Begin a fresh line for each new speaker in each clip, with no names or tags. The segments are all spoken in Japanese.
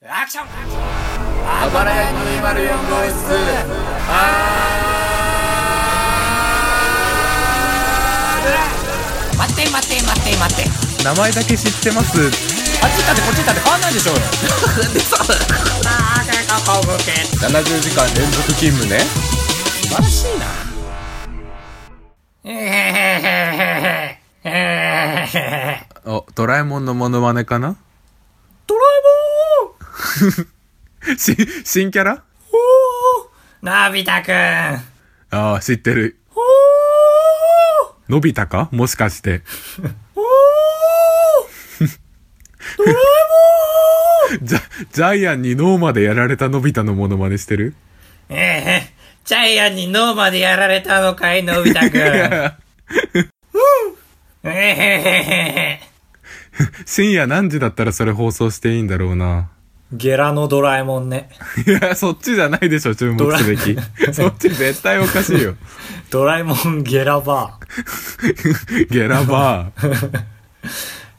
アクション
あばらや204号室
待って待って待って待って
名前だけ知ってます
あっち行ったってこっち行ったって変わんないでしょうよああ結構向け
70時間連続勤務ね
素晴らしいなえーへーへーへーへーへーへーへー
おドラえもんのモノマネかな
ドラえもん
し新キャラ
おー のび太くん
ああ知ってる
おー
のび太かもしかして
おー
ジャジャイアンに脳までやられたのび太のモノマネしてる
ええジャイアンに脳までやられたのかい、のび太くん。 ええへへへ。
深夜何時だったらそれ放送していいんだろうな
ゲラのドラえもんね。
いやそっちじゃないでしょ注目すべき そっち絶対おかしいよ
ドラえもんゲラバ
ゲラバー
ー。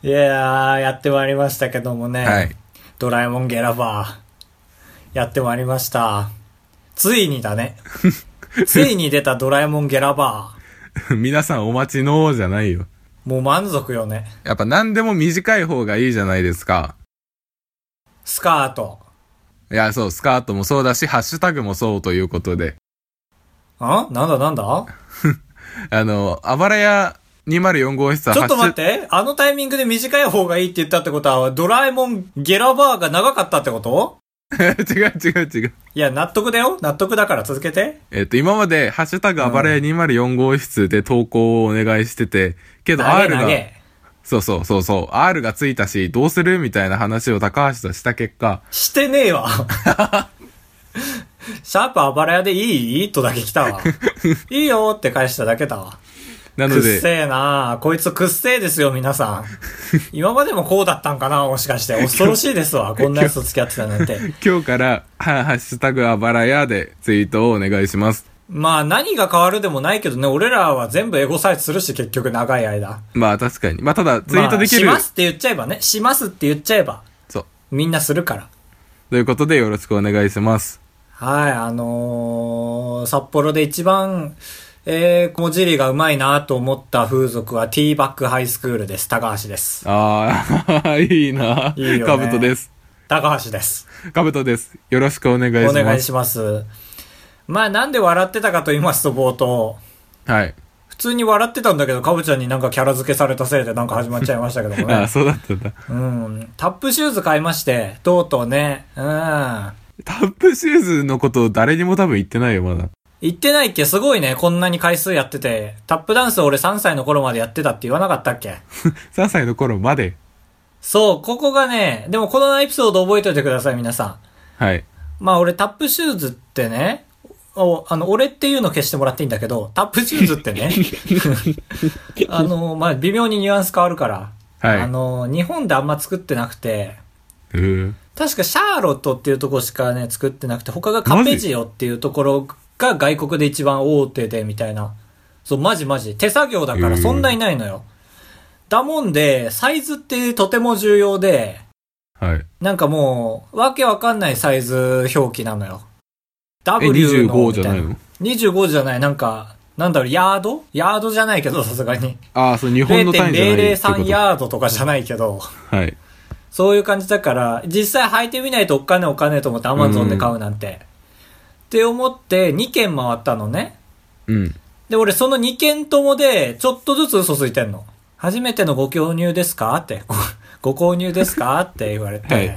いやー、やってまいりましたけどもね。
はい。
ドラえもんゲラバー。やってまいりました。ついにだ ね。ついに出たドラえもんゲラバー。
皆さんお待ちのじゃないよ
もう満足よね。
やっぱ何でも短い方がいいじゃないですか
スカート。
いやそうスカートもそうだしハッシュタグもそうということで
んなんだなんだ
あのあばらや204号室は
ちょっと
ハ
待
ッ
っ
シュ
て、あのタイミングで短い方がいいって言ったってことは、ドラえもんゲラバーが長かったってこと
違う 違う違う
いや、納得だよ。納得だから続けて。
えっと、今まで、ハッシュタグあばれ204号室で投稿をお願いしてて、けど
投げ
R
投
が、
げ。
そうそうそうそう、R がついたし、どうするみたいな話を高橋とした結果、
してねえ わ。シャープあばらやでいいとだけ来た わ。いいよって返しただけだわ。
な
く
の
っ
で、
せえなこいつくっせえですよ、皆さん。今までもこうだったんかなもしかして。恐ろしいですわ。こんなやつと付き合ってたなん て。
今日から、はハッシュタグあばらやでツイートをお願いします。
まあ何が変わるでもないけどね、俺らは全部エゴサイトするし、結局長い間。
まあ確かに。まあただ、ツイートできる、
まあしますって言っちゃえばね。しますって言っちゃえば、
そう。
みんなするから。
ということで、よろしくお願いします。
はい、あのー札幌で一番、えー、文字入りがうまいなと思った風俗はティーバックハイスクールです。高橋です。
ああ、 いいない
いよね
かぶとです。
高橋です。
かぶとです。よろしくお願いしま
お
す。
願いします。まあなんで笑ってたかと言いますと冒頭。
はい。
普通に笑ってたんだけど、かぶちゃんになんかキャラ付けされたせいでなんか始まっちゃいましたけども
あ あ、
ね。
そうだったんだ。
うん。タップシューズ買いまして、とうとうね。うん。
タップシューズのこと誰にも多分言ってないよ、まだ。
言ってないっけすごいね。こんなに回数やってて。タップダンス俺3歳の頃までやってたって言わなかったっけ
3歳の頃まで。
そう、ここがね、でもこのエピソード覚えておいてください、皆さ
はい。
ん。まあ俺タップシューズってね、お、あの、俺っていうの消してもらっていいんだけど、タップシューズ ってね、あの、まあ微妙にニュアンス変わるから、
はい
あの、日本であんま作ってなくて、
うー
確かシャーロットっていうところしかね、作ってなくて、他がカペジオっていうところが外国で一番大手で、みたいな。そう、マジマジ。手作業だからそんないないのよ。だもんで、サイズってとても重要で、
はい。
なんかもう、わけわかんないサイズ表記なのよ。
え、
W の
25
み
じ
た
ゃないい
な。
の
25じゃない、なんか、なんだろう、ヤードヤードじゃないけど、さすがに。
ああ、そう、日本の単位じゃないってこ
0.003
と。
ヤードとかじゃないけど。
はい。
そういう感じだから、実際履いてみないとおっかねえおっかねえと思って Amazon で買うなんて。って思って2軒回ったのね。
うん。
で、俺その2軒ともで、ちょっとずつ嘘ついてんの。初めてのご購入ですかって。 ごご購入ですかって言われて。
はい
い、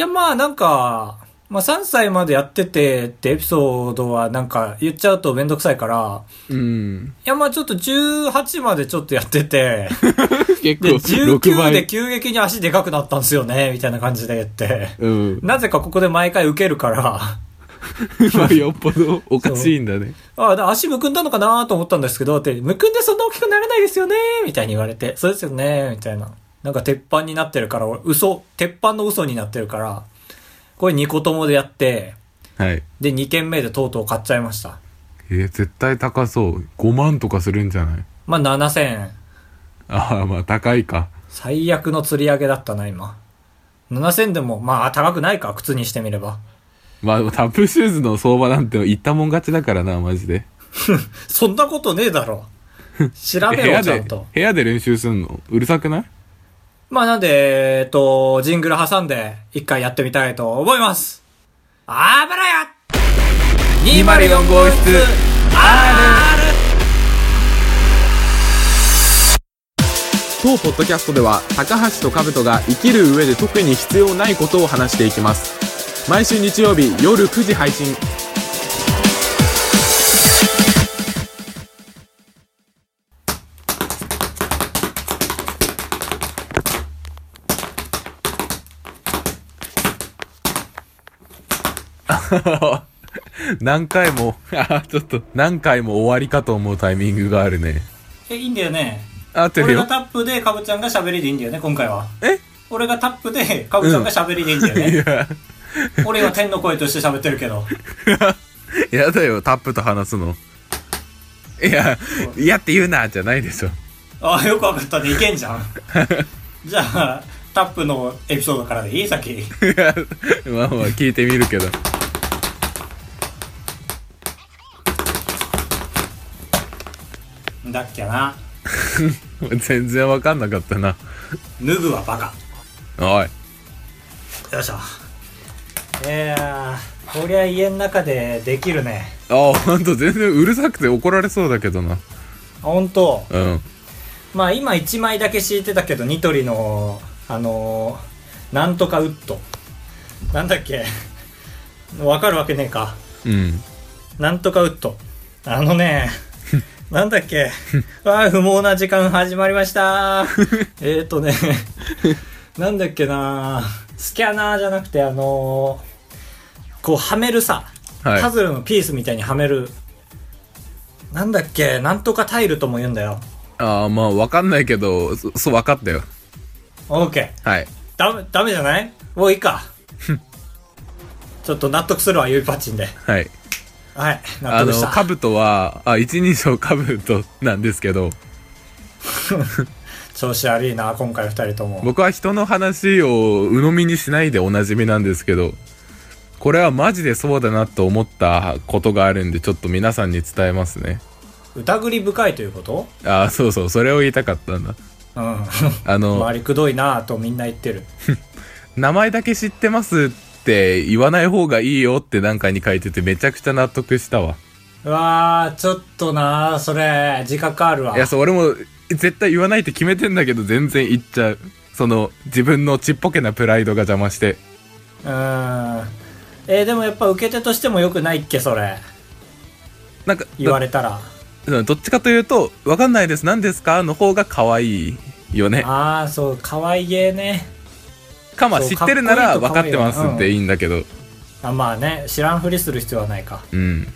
や、まあなんか、まあ3歳までやっててってエピソードはなんか言っちゃうとめんどくさいから、
うん。
いやまあちょっと18までちょっとやってて、
結構
で、、
6
19で
倍。
急激に足でかくなったんですよね、みたいな感じで言って。
うん。
なぜかここで毎回受けるから、
まあ、よっぽどおかしいんだね。
あだ足むくんだのかなと思ったんですけど、って、むくんでそんな大きくならないですよねみたいに言われて、そうですよねみたいな。なんか鉄板になってるから、俺嘘、鉄板の嘘になってるから、これ2個ともでやって、
はい。
で、2軒目でとうとう買っちゃいました。
えー、絶対高そう。5万とかするんじゃない
まあ、7000円。
ああ、まあ、高いか。
最悪の釣り上げだったな、今。 7000でも、まあ高くないか、靴にしてみれば。
まあ、タップシューズの相場なんて言ったもん勝ちだからな、マジで。
そんなことねえだ ろ。調べ
え部
ろ、
屋
ちゃ
で
んと。、
部屋で練習すんのうるさくない
まあなんで、えっと、ジングル挟んで、一回やってみたいと思います。あばらや !204 号室 R!
当ポッドキャストでは高橋と兜が生きる上で特に必要ないことを話していきます毎週日曜日夜9時配信何回も、 あちょっと、何回も終わりかと思うタイミングがあるね。
え、いいんだよね。
合ってる
俺
よ
が。タップで、かぶちゃんが喋りでいいんだよね、今回は。
え
俺がタップで、かぶちゃんが喋りでいいんだよ
い
ね。
や、
俺は天の声として喋ってるけど。
や だよ、タップと話すの。いや、いやって言うな、じゃないでしょ。
ああ、よくわかったね。いけんじゃん。じゃあ、タップのエピソードからでいい先。
いやまあまあ、聞いてみるけど。
だっけな。
全然わかんなかったな。
脱ぐはバカ。
おい。
よいしょ。いやー、こりゃ家の中でできるね。
あ、ほんと、全然うるさくて怒られそうだけどな。
ほんと。
うん。
まあ今1枚だけ敷いてたけど、ニトリの、あのー、なんとかウッド。なんだっけ。わかるわけねえか。
うん。
なんとかウッド。あのね、なんだっ け。ああ、不毛な時間始まりました。えっとね、なんだっけな。スキャナーじゃなくて、あのーこうはめるさ、
はい
パズルのピースみたいにはめる。なんだっけ、なんとかタイルとも言うんだよ。
ああ、まあ、わかんないけど、そそう、わかったよ。
オーケー。
はい。
ダメ、ダメじゃないもういいか。ちょっと納得するわ、ゆいぱちんで。
はい。
はい、納
あ
得
の
し、た。
兜は、あ、一人称兜なんですけど、
調子悪いな、今回二人とも。
僕は人の話を鵜呑みにしないでおなじみなんですけど、これはマジでそうだなと思ったことがあるんで、ちょっと皆さんに伝えますね。
疑り深いということ
ああ、そうそう、それを言いたかったんだ。
うん。
あの、
周りくどいなぁとみんな言ってる。
名前だけ知ってますって言わない方がいいよってなんかに書いててめちゃくちゃ納得したわ。
うわぁ、ちょっとなぁ、それ、自覚あるわ
い。や、そう、俺も絶対言わないって決めてんだけど全然言っちゃう。その、自分のちっぽけなプライドが邪魔して。
うん。えーでもやっぱ受け手としても良くないっけ、それ。
なんか、
言われたら。
うんどっちかというと、わかんないです、何ですかの方が可愛いよね。
ああ、そう、可愛げね。
かまあ、
そう
知ってるな
からっこいいと
分か
可
っ
愛い
て
よね
ますっていいんだけど。
あまあね、知らんふりする必要はないか。
うん。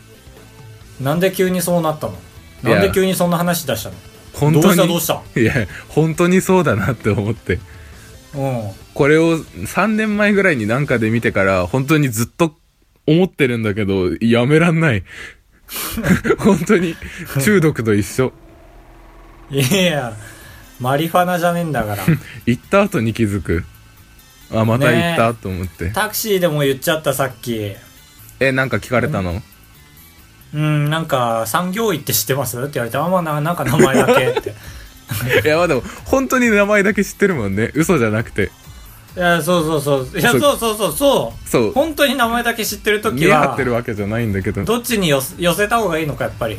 なんで急にそうなったの
いや
なんで急にそんな話出したの
本
どう
当
したどう
に
し、た
いや、本当にそうだなって思って。
うん。
これを3年前ぐらいになんかで見てから、本当にずっと思ってるんだけど、やめらんない。 本当に、中毒と一緒。
いや、マリファナじゃねえんだ から。
行った後に気づく。あ、また
ねえ
行ったと思って。
タクシーでも言っちゃったさっき。
え、なんか聞かれたの
うん、なんか、産業医って知ってますって言われて、あ、まあな、なんか名前だけって。
いや、まあでも、本当に名前だけ知ってるもんね。嘘じゃなくて。
いや、そうそうそう。いや、
そう
そうそうそう。そう。
そう。
本当に名前だけ知ってるとき
見張
は
って、るわけじゃないんだけど。
どっちに寄せ寄せた方がいいのか、やっぱり。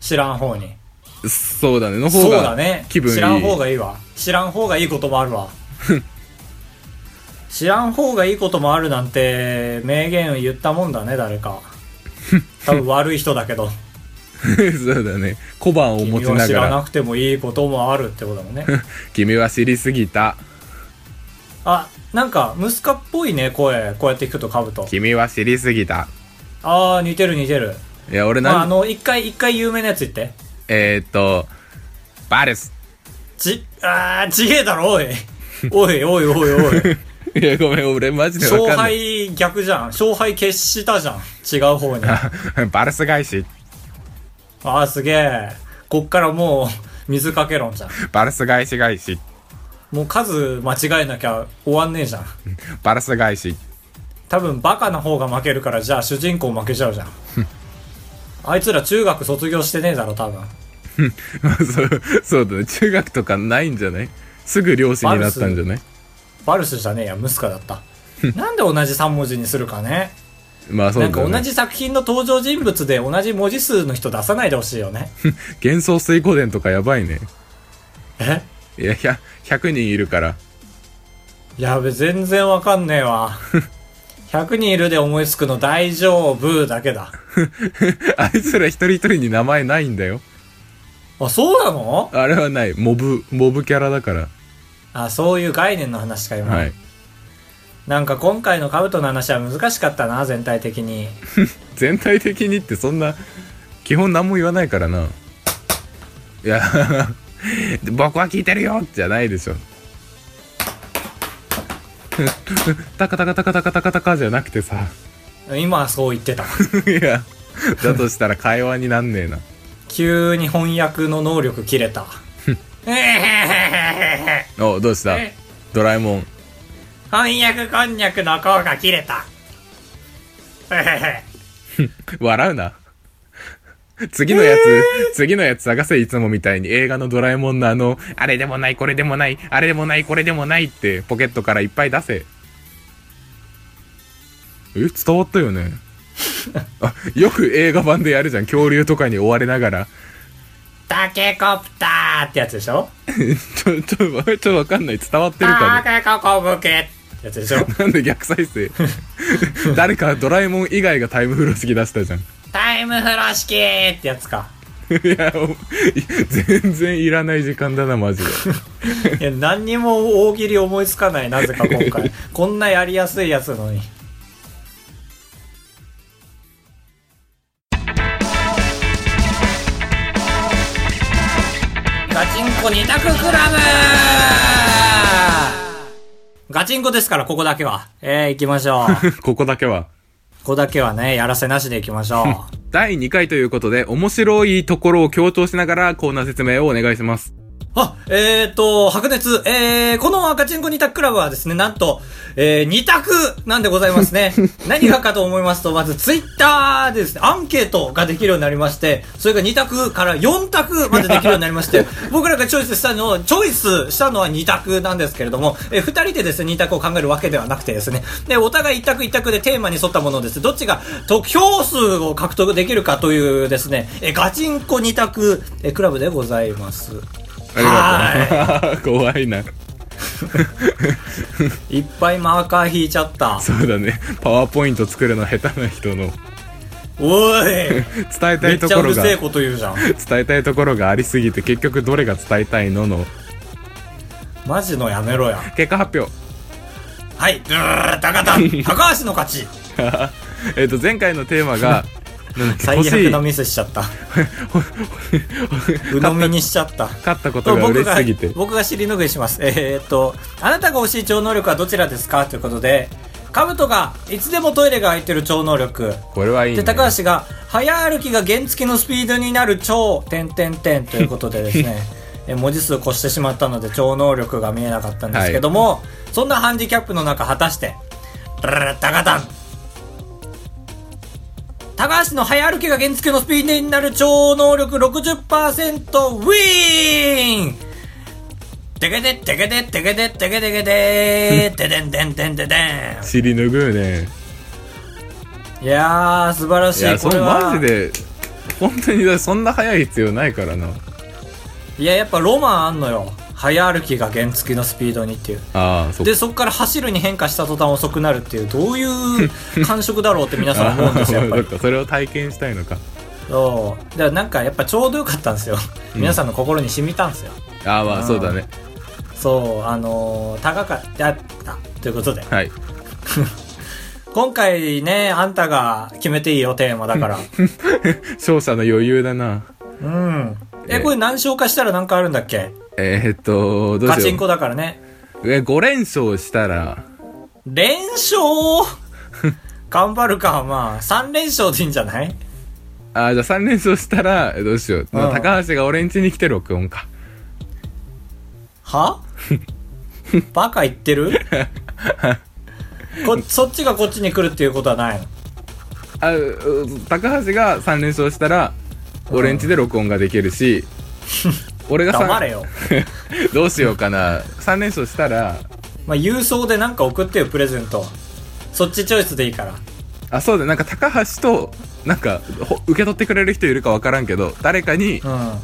知らん方に。
そうだね。の
そ
方
うだ
が
ね。
気分いい。
知らん方がいいわ。知らん方がいいこともあるわ。知らん方がいいこともあるなんて、名言を言ったもんだね、誰 か。多分悪い人だけど。
そうだね。小判を持
君
ち
は
な
知
が
ら
ら。
なくてもいいこともあるってことだもん ね。
君は知りすぎた。
あ、なんか、ムスカっぽいね、声。こうやって聞くと、カブと。
君は知りすぎた。
あー、似てる似てる。
いや、俺
まあ、
な
あ
ん、
の、一回、一回有名なやつ言って。
えーっと、バレス。
ち、あー、ちげえだろ、おい。おいおいおいおい。
いや、ごめん、俺マジでわ
勝
かんない。
敗逆じゃん。勝敗決したじゃん。違う方に。
バレス返し。
あー、すげえ。こっからもう、水かけ論じゃん。
バレス返し返し。
もう数間違えなきゃ終わんねえじゃん。
バラス返し。
多分バカな方が負けるから、じゃあ主人公負けちゃうじゃん。あいつら中学卒業してねえだろ、多分。
まあそう、そうだね。中学とかないんじゃないすぐ漁師になったんじゃない
バルスじゃねえや、ムスカだった。なんで同じ3文字にするかね。
まあそう
な
だ
ん
ね。
か同じ作品の登場人物で同じ文字数の人出さないでほしいよ ね。
幻想水湖伝とかやばいね。
え
いや、100 100人いるから。
やべ、全然わかんねえわ。100人いるで思いつくの大丈夫だけだ。
あいつら一人一人に名前ないんだよ。
あ、そうなの
あれはない。モブ、モブキャラだから。
あ、そういう概念の話か、今。
はい。
なんか今回のカブトの話は難しかったな、全体的に。
全体的にってそんな、基本何も言わないからな。いや、 僕は聞いてるよじゃないでしょ。 タカタカタカタカタカタカじゃなくてさ。
今はそう言 ってた。
いや、だとしたら会話になんねえな。
急に翻訳の能力切れ た。えへへへへ
お、どうした
え
ドラえもん。
翻訳こんにゃくの効果切れた。えへへ
笑うな。次のやつ、次のやつ探せ、いつもみたいに。映画のドラえもんのあの、あれでもない、これでもない、あれでもない、これでもないって、ポケットからいっぱい出せ。え、伝わったよね。あ、よく映画版でやるじゃん。恐竜とかに追われながら。
タケコプターってやつでしょ
ちょ、ちょ、ちょ、わかんない。伝わってる
タ
か
ケココブケってやつでしょ
ね。なんで逆再生誰かドラえもん以外がタイムフロスき出したじゃん。
タイム風呂敷ってやつか。
いや、お 全然いらない時間だな、マジで。
いや、何にも大喜利思いつかない、なぜか今回。こんなやりやすいやつなのに。ガチンコ二択クラブガチンコですから、ここだけは。えー、行きましょう。こ
ここだけは。
こだけはね、やらせなしで行きましょう。
第2回ということで、面白いところを強調しながらコーナー説明をお願いします。
あ、えーと、白熱、えー、この赤チンコ二択クラブはですね、なんと、えー、二択なんでございますね。何がかと思いますと、まずツイッターでですね、アンケートができるようになりまして、それが二択から四択までできるようになりまして、僕らがチョイスしたのを、チョイスしたのは二択なんですけれども、えー、二人でですね、二択を考えるわけではなくてですね、で、お互い一択一択でテーマに沿ったものをですね、どっちが得票数を獲得できるかというですね、えー、ガチンコ二択、えー、クラブでございます。
ありがとう。怖いな。
いっぱいマーカー引いちゃった。
そうだね。パワーポイント作るの下手な人の
おい
伝えた
め
い
っ
と
ちゃ
こ
う
ろ
る
が、
せえ
伝
こと言うじゃん。
えたいところがありすぎて結局どれが伝えたいのの
マジのやめろや。
結果発表。
はい、うー、高田、高橋の勝ち。
えっと、前回のテーマが、なんだっけ
最
欲し
悪 な
い、勝
ミスしちゃった。鵜呑みにしちゃった。
ったことが嬉しすぎて。
僕が尻拭いします。えー、っと、あなたが欲しい超能力はどちらですかということで、カブトがいつでもトイレが空いてる超能力。
これはいい、ね。
で、高橋が、早歩きが原付のスピードになる超、点点点ということで ですね、え文字数を越してしまったので超能力が見えなかったんですけども、そんなハンディキャップの中、果たして、ラララタカタン高橋の早歩きが原付のスピードになる超能力60%ウィーンてけてってけてってけてってけてけ ててでんでんでんでんでん
尻拭うね。
いやー素晴らし
い
い
や、そ
これ
の
は
マジで、本当にだそんな早い必要ないからな。
いや、やっぱロマンあんのよ。早歩きが原付のスピードにっていう。
ああ、そっか
で、そこから走るに変化した途端遅くなるっていう、どう いう感触だろうって皆さん思うんですよ、やっぱ
そっ
り。
かそれを体験したいのか
そう。だからなんかやっぱちょうどよかったんですよ。皆さんの心に染みたんですよ。
ああま
う
あ
ん
そうだね
そう、あのー、高かった、ということで。
はい
今回ね、あんたが決めていいよ、テーマだ から。
勝者の余裕だな
うん。え、
え
これ何勝化したら何かあるんだっけ
えー、っとどう
ガ
し
チ
よ
ン
う
コだからね。
え5連勝したら
連 勝頑張るか、まあ。3連勝でいいんじゃない
あーじゃあ3連勝したらえどうしよう、
うん
高橋が俺ん家に来て録音か
はバカ言ってるこそっちがこっちに来るっていうことはないの
あう高橋が3連勝したら俺んちで録音ができる し、俺が
黙
さ
れよ
どうしようかな3連勝したら
まあ郵送でなんか送ってよプレゼントそっちチョイスでいいから
あそうだなんか高橋となんかほ受け取ってくれる人いるか分からんけど誰かに
うんあ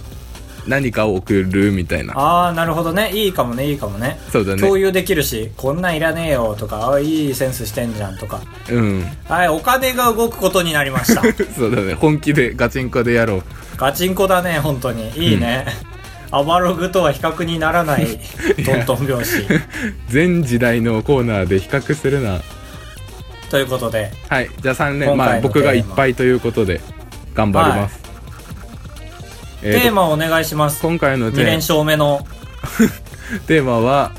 何かを送るみたいな
あなるほどねいいかもねいいかもね
そうだね
共有できるしこんなんいらねえよとかああいいセンスしてんじゃんとか
うん
はいお金が動くことになりました
そうだね本気でガチンコでやろう
ガチンコだね本当にいいね、アマログとは比較にならないトントン拍子
全時代のコーナーで比較するな
ということで
はいじゃあ3連
今
まあ
回の
僕がい
テ
っ
ーマ
ぱいということで頑張ります、えーと
テーマをお願いします
今回の
2連
テー
勝目の
テーマは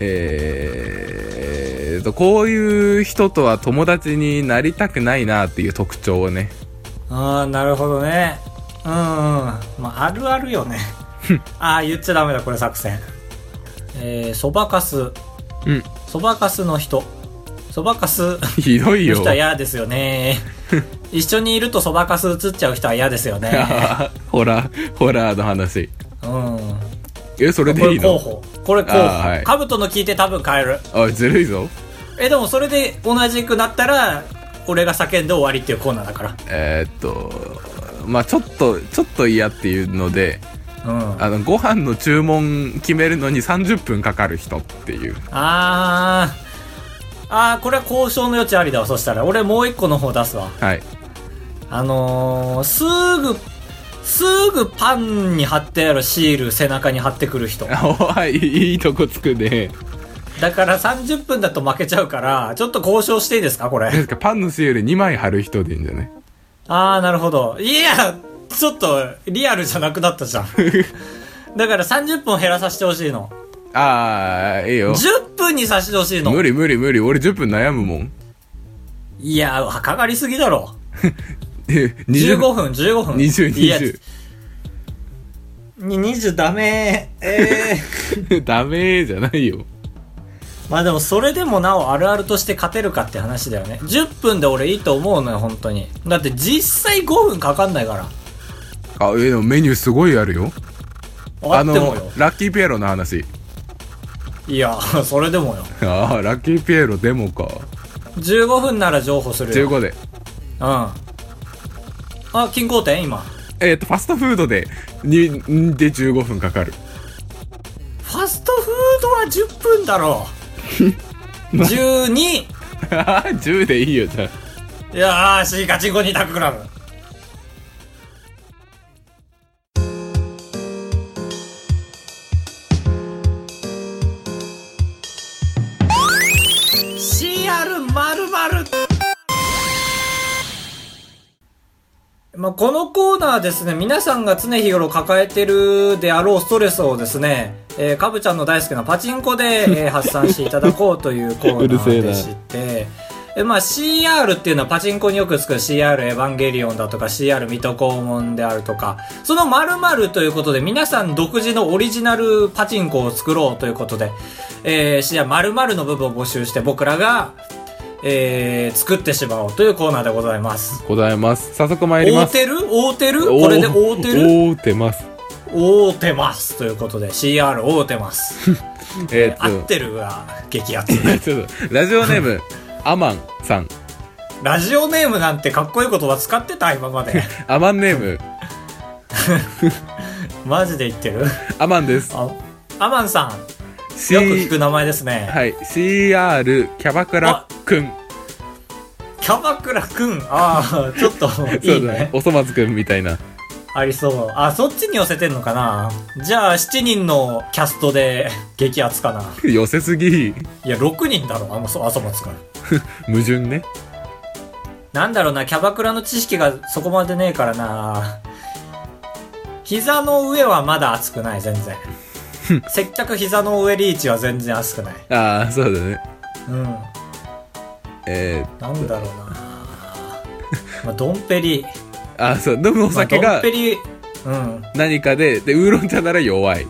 えーとこういう人とは友達になりたくないなっていう特徴をね
ああなるほどねうんうんまああるあるよね ああ言っちゃダメだこれ作戦えー、そばかす
うん
そばかすの人そばかす
ひどい
の
よ
人は嫌ですよ ね一緒にいるとそばかす映っちゃう人は嫌ですよね
ホラーホラーの話
うん
えそれ
こ
で
れ
いい
候
の
補これ候補、
あーはい
カブトの聞いて多分変える
あずるいぞ
えでもそれで同じくなったら俺が叫んで終わりっていうコーナーだか
えーっとまあちょっとちょっと嫌っていうので
らうんあ
あのご飯の注文決めるのに30分かかる人っていう
あーあーこれは交渉の余地ありだわそしたら俺もう一個の方出すわ
はい
あのー、すぐすぐパンに貼ってあるシール背中に貼ってくる人
あおはいいいとこつくね
だから30分だと負けちゃうからちょっと交渉していいですかこれ
ですかパンのシール2枚貼る人でいいんじゃない
ああ、なるほど。いや、ちょっと、リアルじゃなくなった じゃん。だから30分減らさせてほしいの。
ああいいよ
10分にさせてほしいの。
無理無理無理俺10分悩むもん
いや、かかりすぎだろ。
15
15分、15分。いや
2020
に20ダメええ
ダメーじゃないよ
まあでもそれでもなおあるあるとして勝てるかって話だよね。10分で俺いいと思うのよ、本当に。だって実際5分かかんないから。
あえでもメニューすごいあるよ
あっても
の
よ。
ラッキーピエロの話
いや、 それでもよ。
ああラッキーピエロでもか
15分なら譲歩するよ。
15で
うん。あ、均衡点今。
えっ、とファストフードでにんで15分かかる
ファストフードは10分だろう。12! い
ああ10でいいよじゃあ
やーし、ガチンコにタクグラム。CR まるまる。まあ、このコーナーですね、皆さんが常日頃抱えてるであろうストレスをですね、えー、かぶちゃんの大好きなパチンコで、えー発散していただこうというコー
う
ナ
るせ
ー
えな
でして、えまあ、CR っていうのはパチンコによくつく CR エヴァンゲリオンだとか CR 水戸黄門であるとか、その〇〇ということで皆さん独自のオリジナルパチンコを作ろうということで、えー、CR 〇〇の部分を募集して僕らが、えー、作ってしまおうというコーナーでございます。
ございます早速参り
合
ま
う
す
てる合うてるこれで合うてる
おー合うてます
合うてますということで CR 合うて ます、
えっ、
合っ
と
てるが激 アツ
ちょっとラジオネームアマンさん
ラジオネームなんてかっこいい言葉使ってた今ま で
アマンネーム
マジで言ってる
アマンです
あアマンさん
C
よく聞く名前ですね、
はい CR キャバクラくん
キャバクラくんああちょっといい
そうだね
ね
おそ松くんみたいな
ありそうあそっちに寄せてんのかなじゃあ7人のキャストで激アツかな
寄せすぎ
いや6人だろあのそあそこ使う
矛盾ね
なんだろうな、キャバクラの知識がそこまでねえからな。膝の上はまだ熱くない、全然。接客膝の上リーチは全然熱くない。
ああそうだね
うん。
え
なんだろうな。まあ、ドンペリ。
ー、あーそう飲むお酒
まあド
が
ンペリ、うん。
何かででウーロン茶なら弱い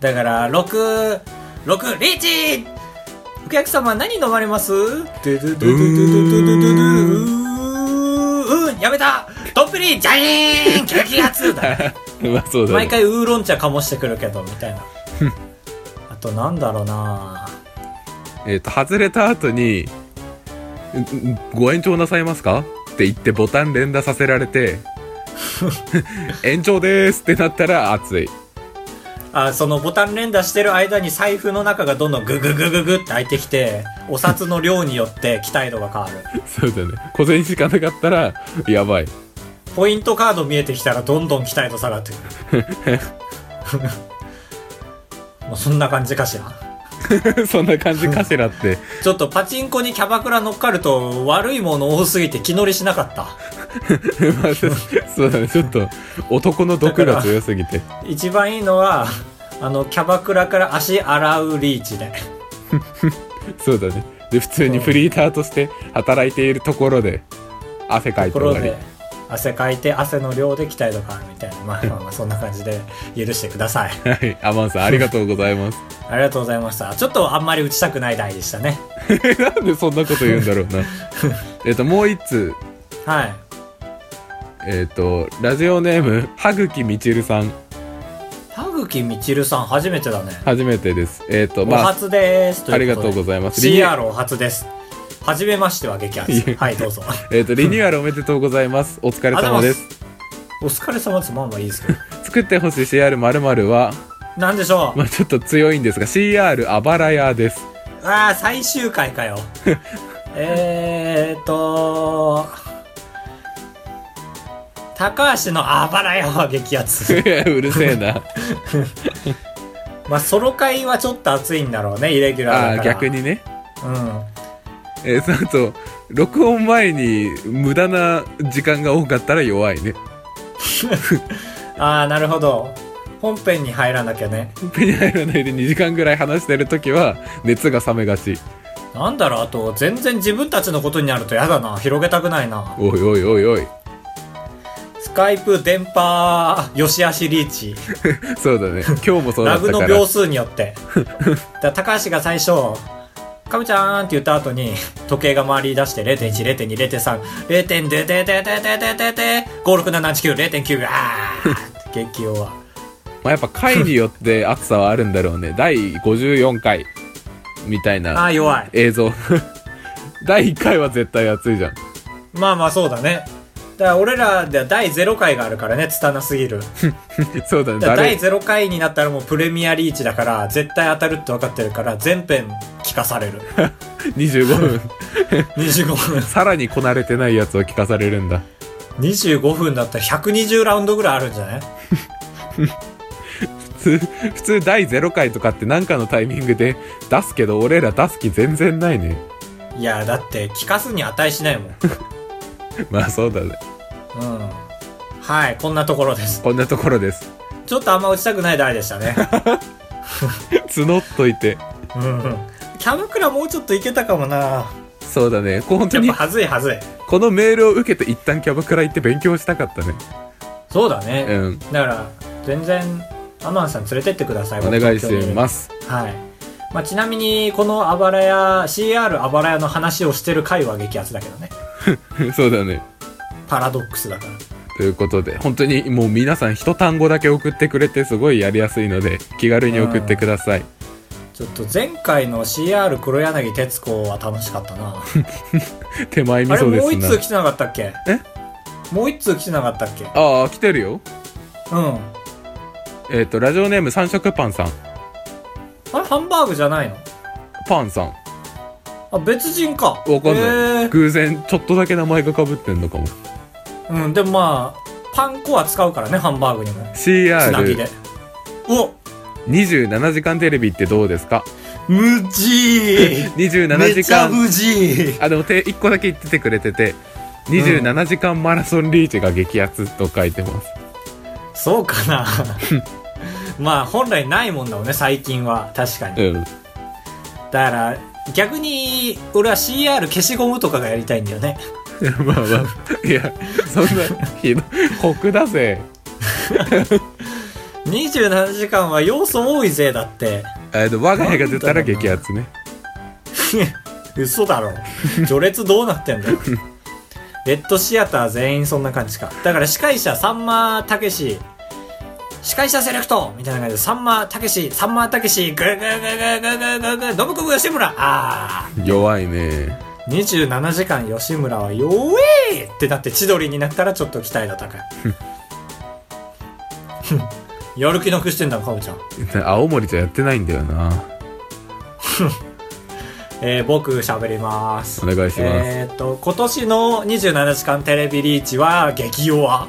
だから、6、 6リーチお客様何飲まれますドゥドゥドゥドゥドゥドゥドゥドゥドゥうーんやめたトップリージャイーン激アツだ
うまそうだ
毎回ウーロン茶かもしてくるけどみたいなあとなんだろうな
えっ、と外れた後にんん「ご延長なさいますか?」って言ってボタン連打させら れて「延長です」ってなったら熱い
あそのボタン連打してる間に財布の中がどんどんグググググって開いてきてお札の量によって期待度が変わ る
そうだね小銭しかなかったらやばい
ポイントカード見えてきたらどんどん期待度下がってくるもうそんな感じかしら
そんな感じかしら って
ちょっとパチンコにキャバクラ乗っかると悪いもの多すぎて気乗りしなかった
まあそうだねちょっと男の毒が強すぎて
一番いいのはあのキャバクラから足洗うリーチで
そうだねで普通にフリーターとして働いているところで汗かい
と
て
ころ
終わり
で汗かいて汗の量で鍛えとかあるみたいなまあまあまあそんな感じで許してください
はいアマンさ んありがとうございます
ありがとうございましたちょっとあんまり打ちたくない台でしたね
なんでそんなこと言うんだろうな えっともう一通
はい
えっ、とラジオネームはぐきみちるさん
田口みちるさん初めてだね
初めてですえっ、と
お
まあ
初です
ありがとうございますリニア
CR お初ですはじめましては激ア
いえ
ツはいどうぞ
えっ、とリニューアルおめでとうございます お疲れ様です
お疲れ様ですまあまあいいですけど
作ってほしい CR まるまるは
なんでしょう、
まあちょっと強いんですが CR あばら屋です
ああ最終回かよえーっと高橋のあばらやは激アツ
うるせえな
まあソロ会はちょっと熱いんだろうねイレギュラ
あ
ーだ
ー
から
逆にね
うん
えー、その後録音前に無駄な時間が多かったら弱いね
ああなるほど本編に入らなきゃね
ペに入らないで2時間ぐらい話してる時は熱が冷めがち
なんだろうあと全然自分たちのことになるとやだな広げたくないな
おいおいおいおい
スカイプ電波よしあしリーチ
そうだ ね今日もそうだ
ラ
った
グ
か
の
ら
秒数によって。だから高橋が最初、かぶちゃーんって言った後に、時計が回り出して0.1、0.2、0.3、0.0、0.0、0.0、5、6、7、8、9、0.9秒、あーって激弱。
まあ、やっぱ回によって暑さはあるんだろうね第54回みたい
あ
な
ー弱い。
映像 第1回は絶対暑いじゃん
まあまあそうだね。だから俺らでは第0回があるからね、拙なすぎる。
そうだね
だから
だ
第
れ
0回になったらもうプレミアリーチだから、絶対当たるって分かってるから、全編聞かされる。
25分
25分。
さらにこなれてないやつを聞かされるんだ
25分だったら120ラウンドぐらいあるんじゃない
普通普通第0回とかって何かのタイミングで 出すけど俺ら出す気全然ないね
いやだって聞かすに値しないもんう
まあそうだね
んはいこんなところです
こんなところです
ちょっとあんま打ちたくない台でしたね
募っといて
うんキャバクラもうちょっといけたかもな
そうだね本当
やっ
に
ぱはずいはずい
このメールを受けて一旦キャバクラ行って勉強したかったね
そうだね、
うん
だから全然アマンさん連れてってください
お願いしてます す
はい、まあ、ちなみにこのあばら屋 CR あばら屋の話をしてる回は激アツだけどね
そうだね
パラドックスだから
ということで本当にもう皆さん一単語だけ送ってくれてすごいやりやすいので気軽に送ってください
ちょっと前回の CR 黒柳徹子は楽しかったな
手前
あ
味
れ
噌で
もう一通
す
来てなかったっけ
え
もう一通来てなかったっけ
なああ来てるよ
うん
えっ、とラジオネーム三色パンさん
あれハンバーグじゃないの
パンさん
あ別人か
わかんない、
へー
偶然ちょっとだけ名前がかぶってんのかも
うんでもまあパン粉は使うからねハンバーグにもつなぎで
CR27
お
時間テレビってどうですか
無 事
27
め
時
ちゃ
間
無事
あでもて1個だけ言っててくれてて27時間マラソンリーチが激アツと書いてます、
そうかな まあ本来ないもんだもんね最近は確かに
う
だ
ん、
から逆に俺は CR 消しゴムとかがやりたいんだよね
まあまあいやそんなひどい酷だぜ
27時間は要素多いぜだって
えっと我が家が絶対なきゃいけないやつね
嘘だろ序列どうなってんだよレッドシアター全員そんな感じかだから司会者さんまたけし司会者セレクトみたいな感じでさんまたけしさんまたけしグーグーグーグーグーグーグーグー信子吉村あー
弱いね
27時間吉村は弱えってなって千鳥になったらちょっと期待が高いやる気なくしてんだかおちゃん
青森じゃやってないんだよな
えー、僕喋ります
お願いします
えーっと今年の『27時間テレビリーチ』は激 弱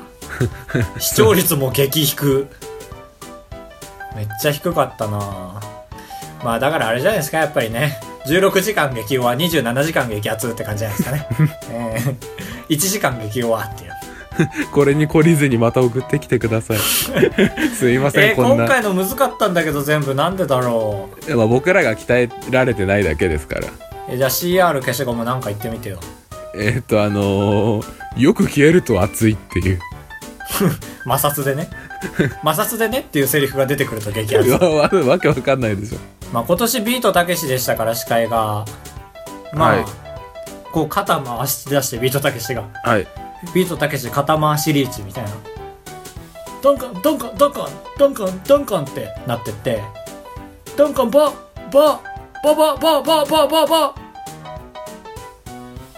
視聴率も激低めっちゃ低かったなまあだからあれじゃないですかやっぱりね16時間激弱27時間激アツって感じじゃないですか ね、えー、1時間激弱っていう
これに懲りずにまた送ってきてくだ さいすいません、
えー
こん
今
な
回の難かったんだけど全部なんでだろう
まあ僕らが鍛えられてないだけですから
えーじゃあ CR 消しゴムなんか言ってみてよ
えっ、とあのーよく消えると熱いっていう
摩擦でね摩擦でねっていうセリフが出てくると激アツ
うわわわけわかんないでしょ
まあ、今年ビートたけしでしたから司会がまあ、
はい
こう肩回し出してビートたけしが
はい
ビートたけし肩回しリーチみたいなドンコンドンコンドンコンドンコンドンコンってなってってドンコンボボボボボボボボボ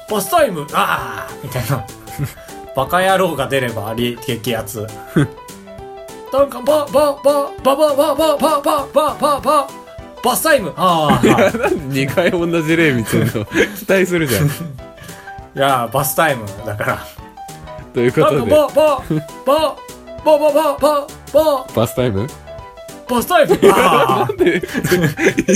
ボスタイムああみたいな バカ野郎が出ればあり激アツ ドンコンボボボボボボボボボボボボボスタイムああ
2回同じ例見つう の期待するじゃん
いやーバスタイムだから
というこ
なん
と
か
で
ボボボボボボボボ
バスタイム
ボスタイム あー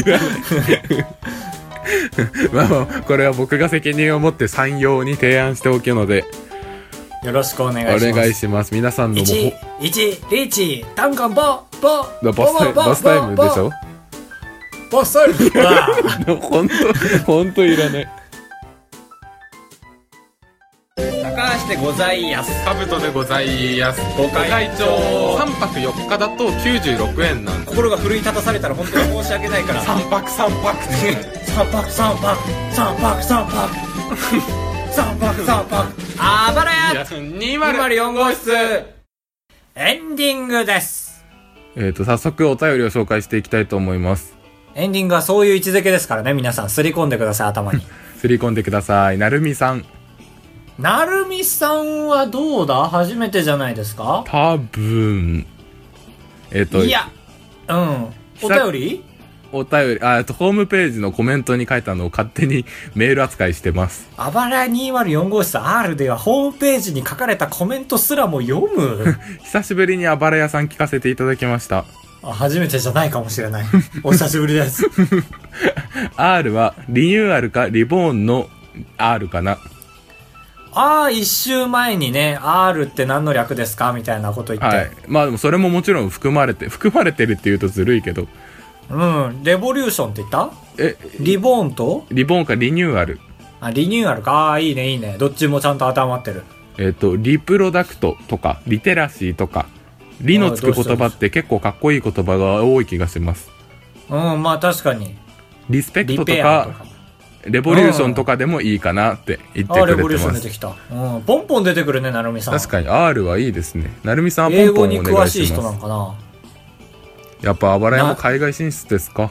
まあまあこれは僕が責任を持って山陽に提案しておくので
よろしくお願
お
いしま
願い
す。
します皆さんのも
一一リーチダンカンボボ
ほバスタイムバスタイムでしょ
ボスタイムあー
本当本当いらない
高橋でございやす
カブトでございますご
会長
3泊4日だと96円なんで
心が奮い立たされたら本当に申し訳ないから三
3泊3泊
泊三泊三泊三泊三泊三泊あばらや
204号室
エンディングです
えっ、と早速お便りを紹介していきたいと思います
エンディングはそういう位置づけですからね皆さんすり込んでください頭に
すり込んでくださいなるみさん
なるみさんはどうだ初めてじゃないですか
多分えっ、と
いや、うん。お便り
お便りあえっとホームページのコメントに書いたのを勝手に メール扱いしてます
あばらや204号室 R ではホームページに書かれたコメントすらも読 む
久しぶりにあばら屋さん聞かせていただきました
あ初めてじゃないかもし れない。お久しぶりです。
R はリニューアルかリボーンの R かな
ああ、一週前にね、R って何の略ですかみたいなこと言って。
はいまあでもそれももちろん含まれて 含まれてるっていうとずるいけど
うん。レボリューションって言った
え
リボーンと
リボーンかリニューアル
あ、リニューアルか。ああ、いいね、いいね。どっちもちゃんと当てはまってる。
えっ、とリプロダクトとかリテラシーとかリのつく言葉って結構かっこいい言葉が多い気がします
うん、まあ確かに。
リスペク
リ
トと
ペアと
か
か。
レボリューションとかでもいいかなって言って
ああ、
く
レ
れ
ボリュー
て
ション
ま
出
す
てきた。うん。ポンポン出てくるね、なるみさん。
確かに R はいいですねなるみさんは
英
ポンポ
語
ン
に
お願
詳
い
しい
し
人
ま
な
す
のかな
やっぱあばら屋も海外進出ですか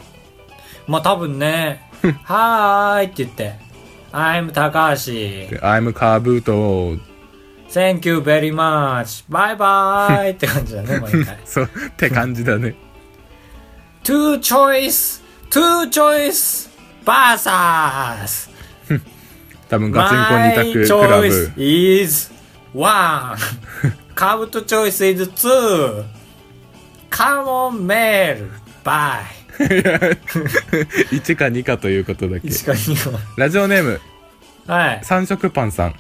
まあ多分 ね、はーいって言って、I'm 高橋、
で I'm カーブート。
Thank you very much, bye bye って感じだね、毎回
そうって感じだね
two choice, two choice, versus,
多分ガチンコ
my
二択クラブ
choice is one, カブト choice is two, come on mail, bye.
1か2かということだけ
一か二か。
ラジオネーム
はい。
三色パンさん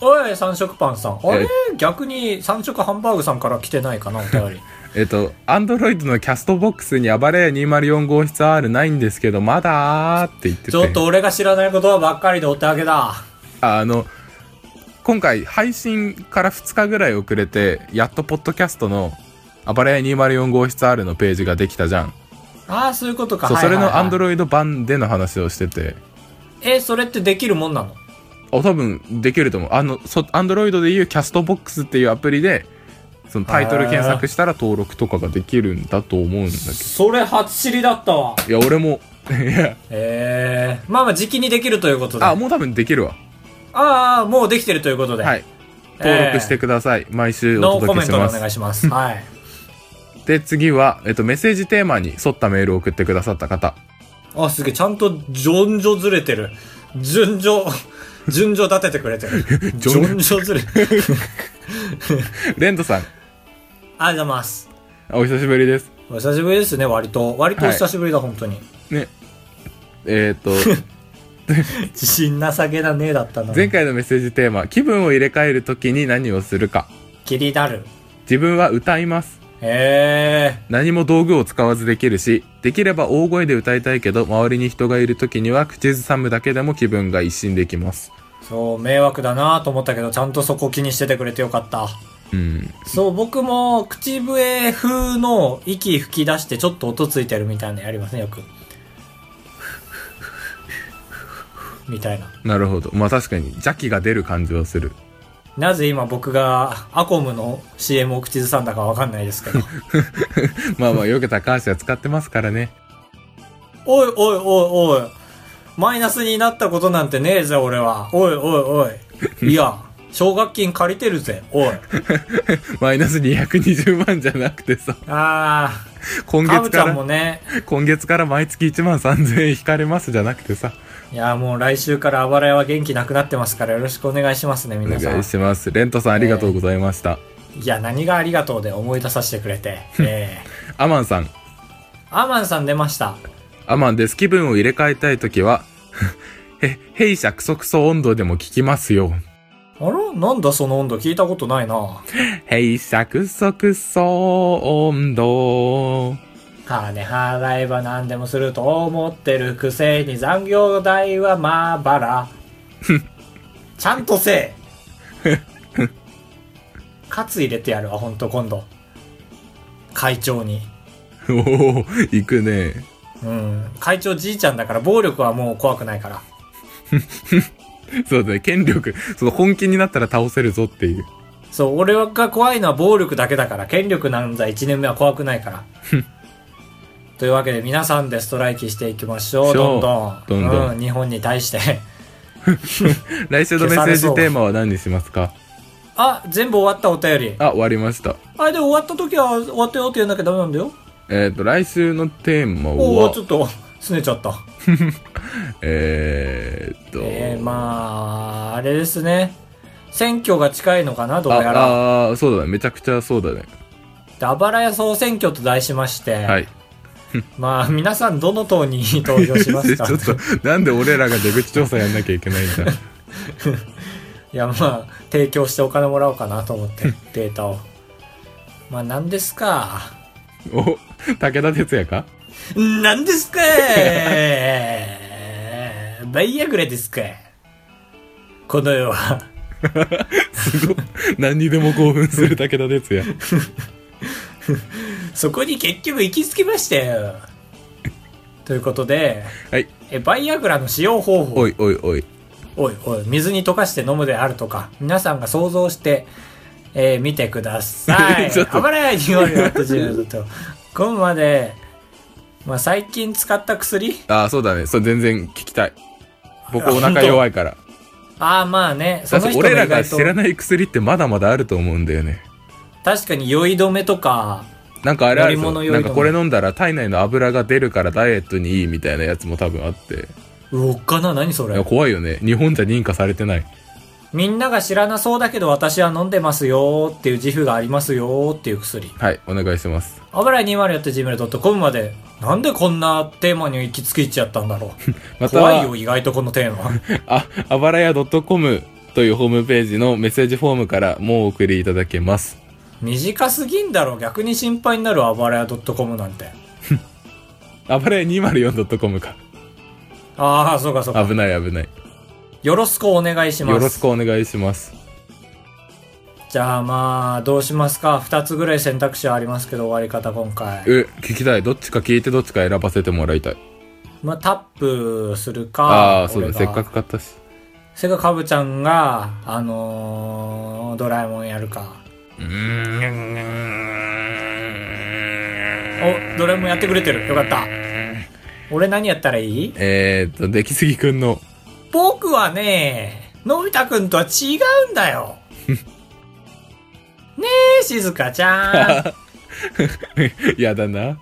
おい、三色パンさん。あ
え
れ逆に三色ハンバーグさんから来てないかな、お便り。
えっとアンドロイドのキャストボックスに暴れ204号室 R ないんですけどまだーって言ってて
ちょっと俺が知らない言葉ばっかりでお手上げだ。
ああの今回配信から2日ぐらい遅れてやっとポッドキャストの暴れ204号室 R のページができたじゃん
ああ、そういうことか。
そう、
は
そ
い
れ
はいはい
のアンドロイド版での話をしてて、
え、それってできるもんなの
あ、多分できると思う。あの、そ、アンドロイドでいうキャストボックスっていうアプリで、そのタイトル検索したら登録とかができるんだと思うんだけ
それ初知りだったわ。
ど。いや、俺も、いや、
ええまあまあ、時期にできるということで。
あ、
あ
もう多分できるわ。
あー、もうできてるということで。
はい。登録してください。毎週お
ノーコ
届け
メン
して
トでお
ま
願い
す。
し ます。はい。
で、次は、えっと、メッセージテーマに沿ったメールを送ってくださった方。
あ、すげえ、ちゃんと順序ずれてる。順序、 順序立ててくれて る。順序ずれ。
レントさん、
ありがとうございます。
お久しぶりです。
お久しぶりですね、割と。割とお久しぶりだ、本当に。
ね。えー っと、
自信なさげだねだったの。
前回のメッセージテーマ、気分を入れ替えるときに何をするか。
気になる。
自分は歌います。
へえ。
何も道具を使わずできるし、できれば大声で歌いたいけど、周りに人がいる時には口ずさむだけでも気分が一新できます。
そう、迷惑だなと思ったけど、ちゃんとそこ気にしててくれてよかった。
うん。
そう、僕も口笛風の息吹き出してちょっと音ついてるみたいなのやりますね、よく。みたいな。
なるほど。まあ確かに邪気が出る感じはする。
なぜ今僕がアコムの CM を口ずさんだかわかんないですけど。
まあまあよく高橋は使ってますからね。
おいおいおいおい。マイナスになったことなんてねえぜ、俺は。おいおいおい。いや、奨学金借りてるぜ、おい。
マイナス220万じゃなくてさ、
あ
今
ー、カブ
月
ち
か
ゃんも
ら、
ね。
今月から毎月1万3000円引かれますじゃなくてさ、
いや、もう来週からあばら屋は元気なくなってますからよろしくお願いしますね、
お
皆さん。
願いします。レントさんありがとうございました。
いや、何がありがとうで思い出させてくれ て。ええ
アマンさん、
アマンさん出ました。
アマンです。気分を入れ替えたい時は、 へ、弊社クソクソ温度でも聞きますよ。
あらなんだその温度聞いたことないな。
弊社クソクソ温度。
金払えば何でもすると思ってるくせに残業代はまば ら。ちゃんとせえ。 カツ入れてやるわ、ほんと今度。会長に。
おお、行くね。
うん。会長じいちゃんだから暴力はもう怖くないから。
そうだね、権力、その本気になったら倒せるぞっていう。
そう、俺が怖いのは暴力だけだから、権力なんざ1年目は怖くないから。というわけで皆さんでストライキしていきましょう、
そう
どんどん。
どんどん
うん、日本に対して。
来週のメッセージテーマは何にしますか
あ、全部終わったお便り。
あ、終わりました。
あ、でも終わった時は終わったよって言わなきゃダメなんだよ。
えっ、と、来週のテーマ
おお
は
ち、ょっと、すねちゃった。
えーっと、
えー、まあ、あれですね。選挙が近いのかな、どうやら。
あ、あーそうだね、めちゃくちゃそうだね。
ダバラ屋総選挙と題しまして、
はい。
まあ、皆さんどの党に 投票しますか
ちょっと、なんで俺らが出口調査やんなきゃいけないんだ。
いやまあ提供してお金もらおうかなと思ってデータを まあ何ですか
お、武田鉄矢か
何ですか バイアグラですかこの世は
すごい。何にでも興奮する武田鉄矢。
そこに結局行き着きましたよということで
はい。
えバイアグラの使用方法
おいおいおい。
おいおい水に溶かして飲むであるとか皆さんが想像して、えー見てください
ちょっと
あばらやにわりあったとここまで、まあ、最近使った薬
ああ、そうだね。そう、全然聞きたい。僕
あ
お腹弱いから。
ああまあねそ
だっ
の人の
て俺
意
らが
外
知ら
と
ない薬ってまだまだあると思うんだよね。
確かに酔い止めとか
なんかあれある
乗
ぞ
り物酔い
なんか
とか
これ飲んだら体内の油が出るからダイエットにいいみたいなやつも多分あって。
うおっかな何そ
いや
れ
怖いよね。日本じゃ認可されてない。
みんなが知らなそうだけど私は飲んでますよーっていう自負がありますよーっていう薬
はい、お願いします。
あばらや 204.gmail.com までなんでこんなテーマに行き着いちゃったんだろう
また
怖いよ
は、
意外とこのテーマ
あ、あばらや .com というホームページのメッセージフォームからもうお送りいただけます。
短すぎんだろ逆に心配になるあばらや .com なんて
あばらや 204.com か。
ああそうかそうか
危ない危ない。
よろしくお願いします
よろしくお願いします。
じゃあまあ、どうしますか。二つぐらい選択肢はありますけど、終わり方今回。
え、聞きたい。どっちか聞いてどっちか選ばせてもらいたい。
まあ、タップするか、
ああー、そうだ。
俺が
せっかく買ったし。
せっかくかぶちゃんが、あのードラえもんやるか。
うーん
お、ドラえもんやってくれてる。よかった。俺何やったらいい
えーっと、出来すぎくんの、
僕はね、のび太くんとは違うんだ よ。 ねえ、しずかちゃん。
やだな。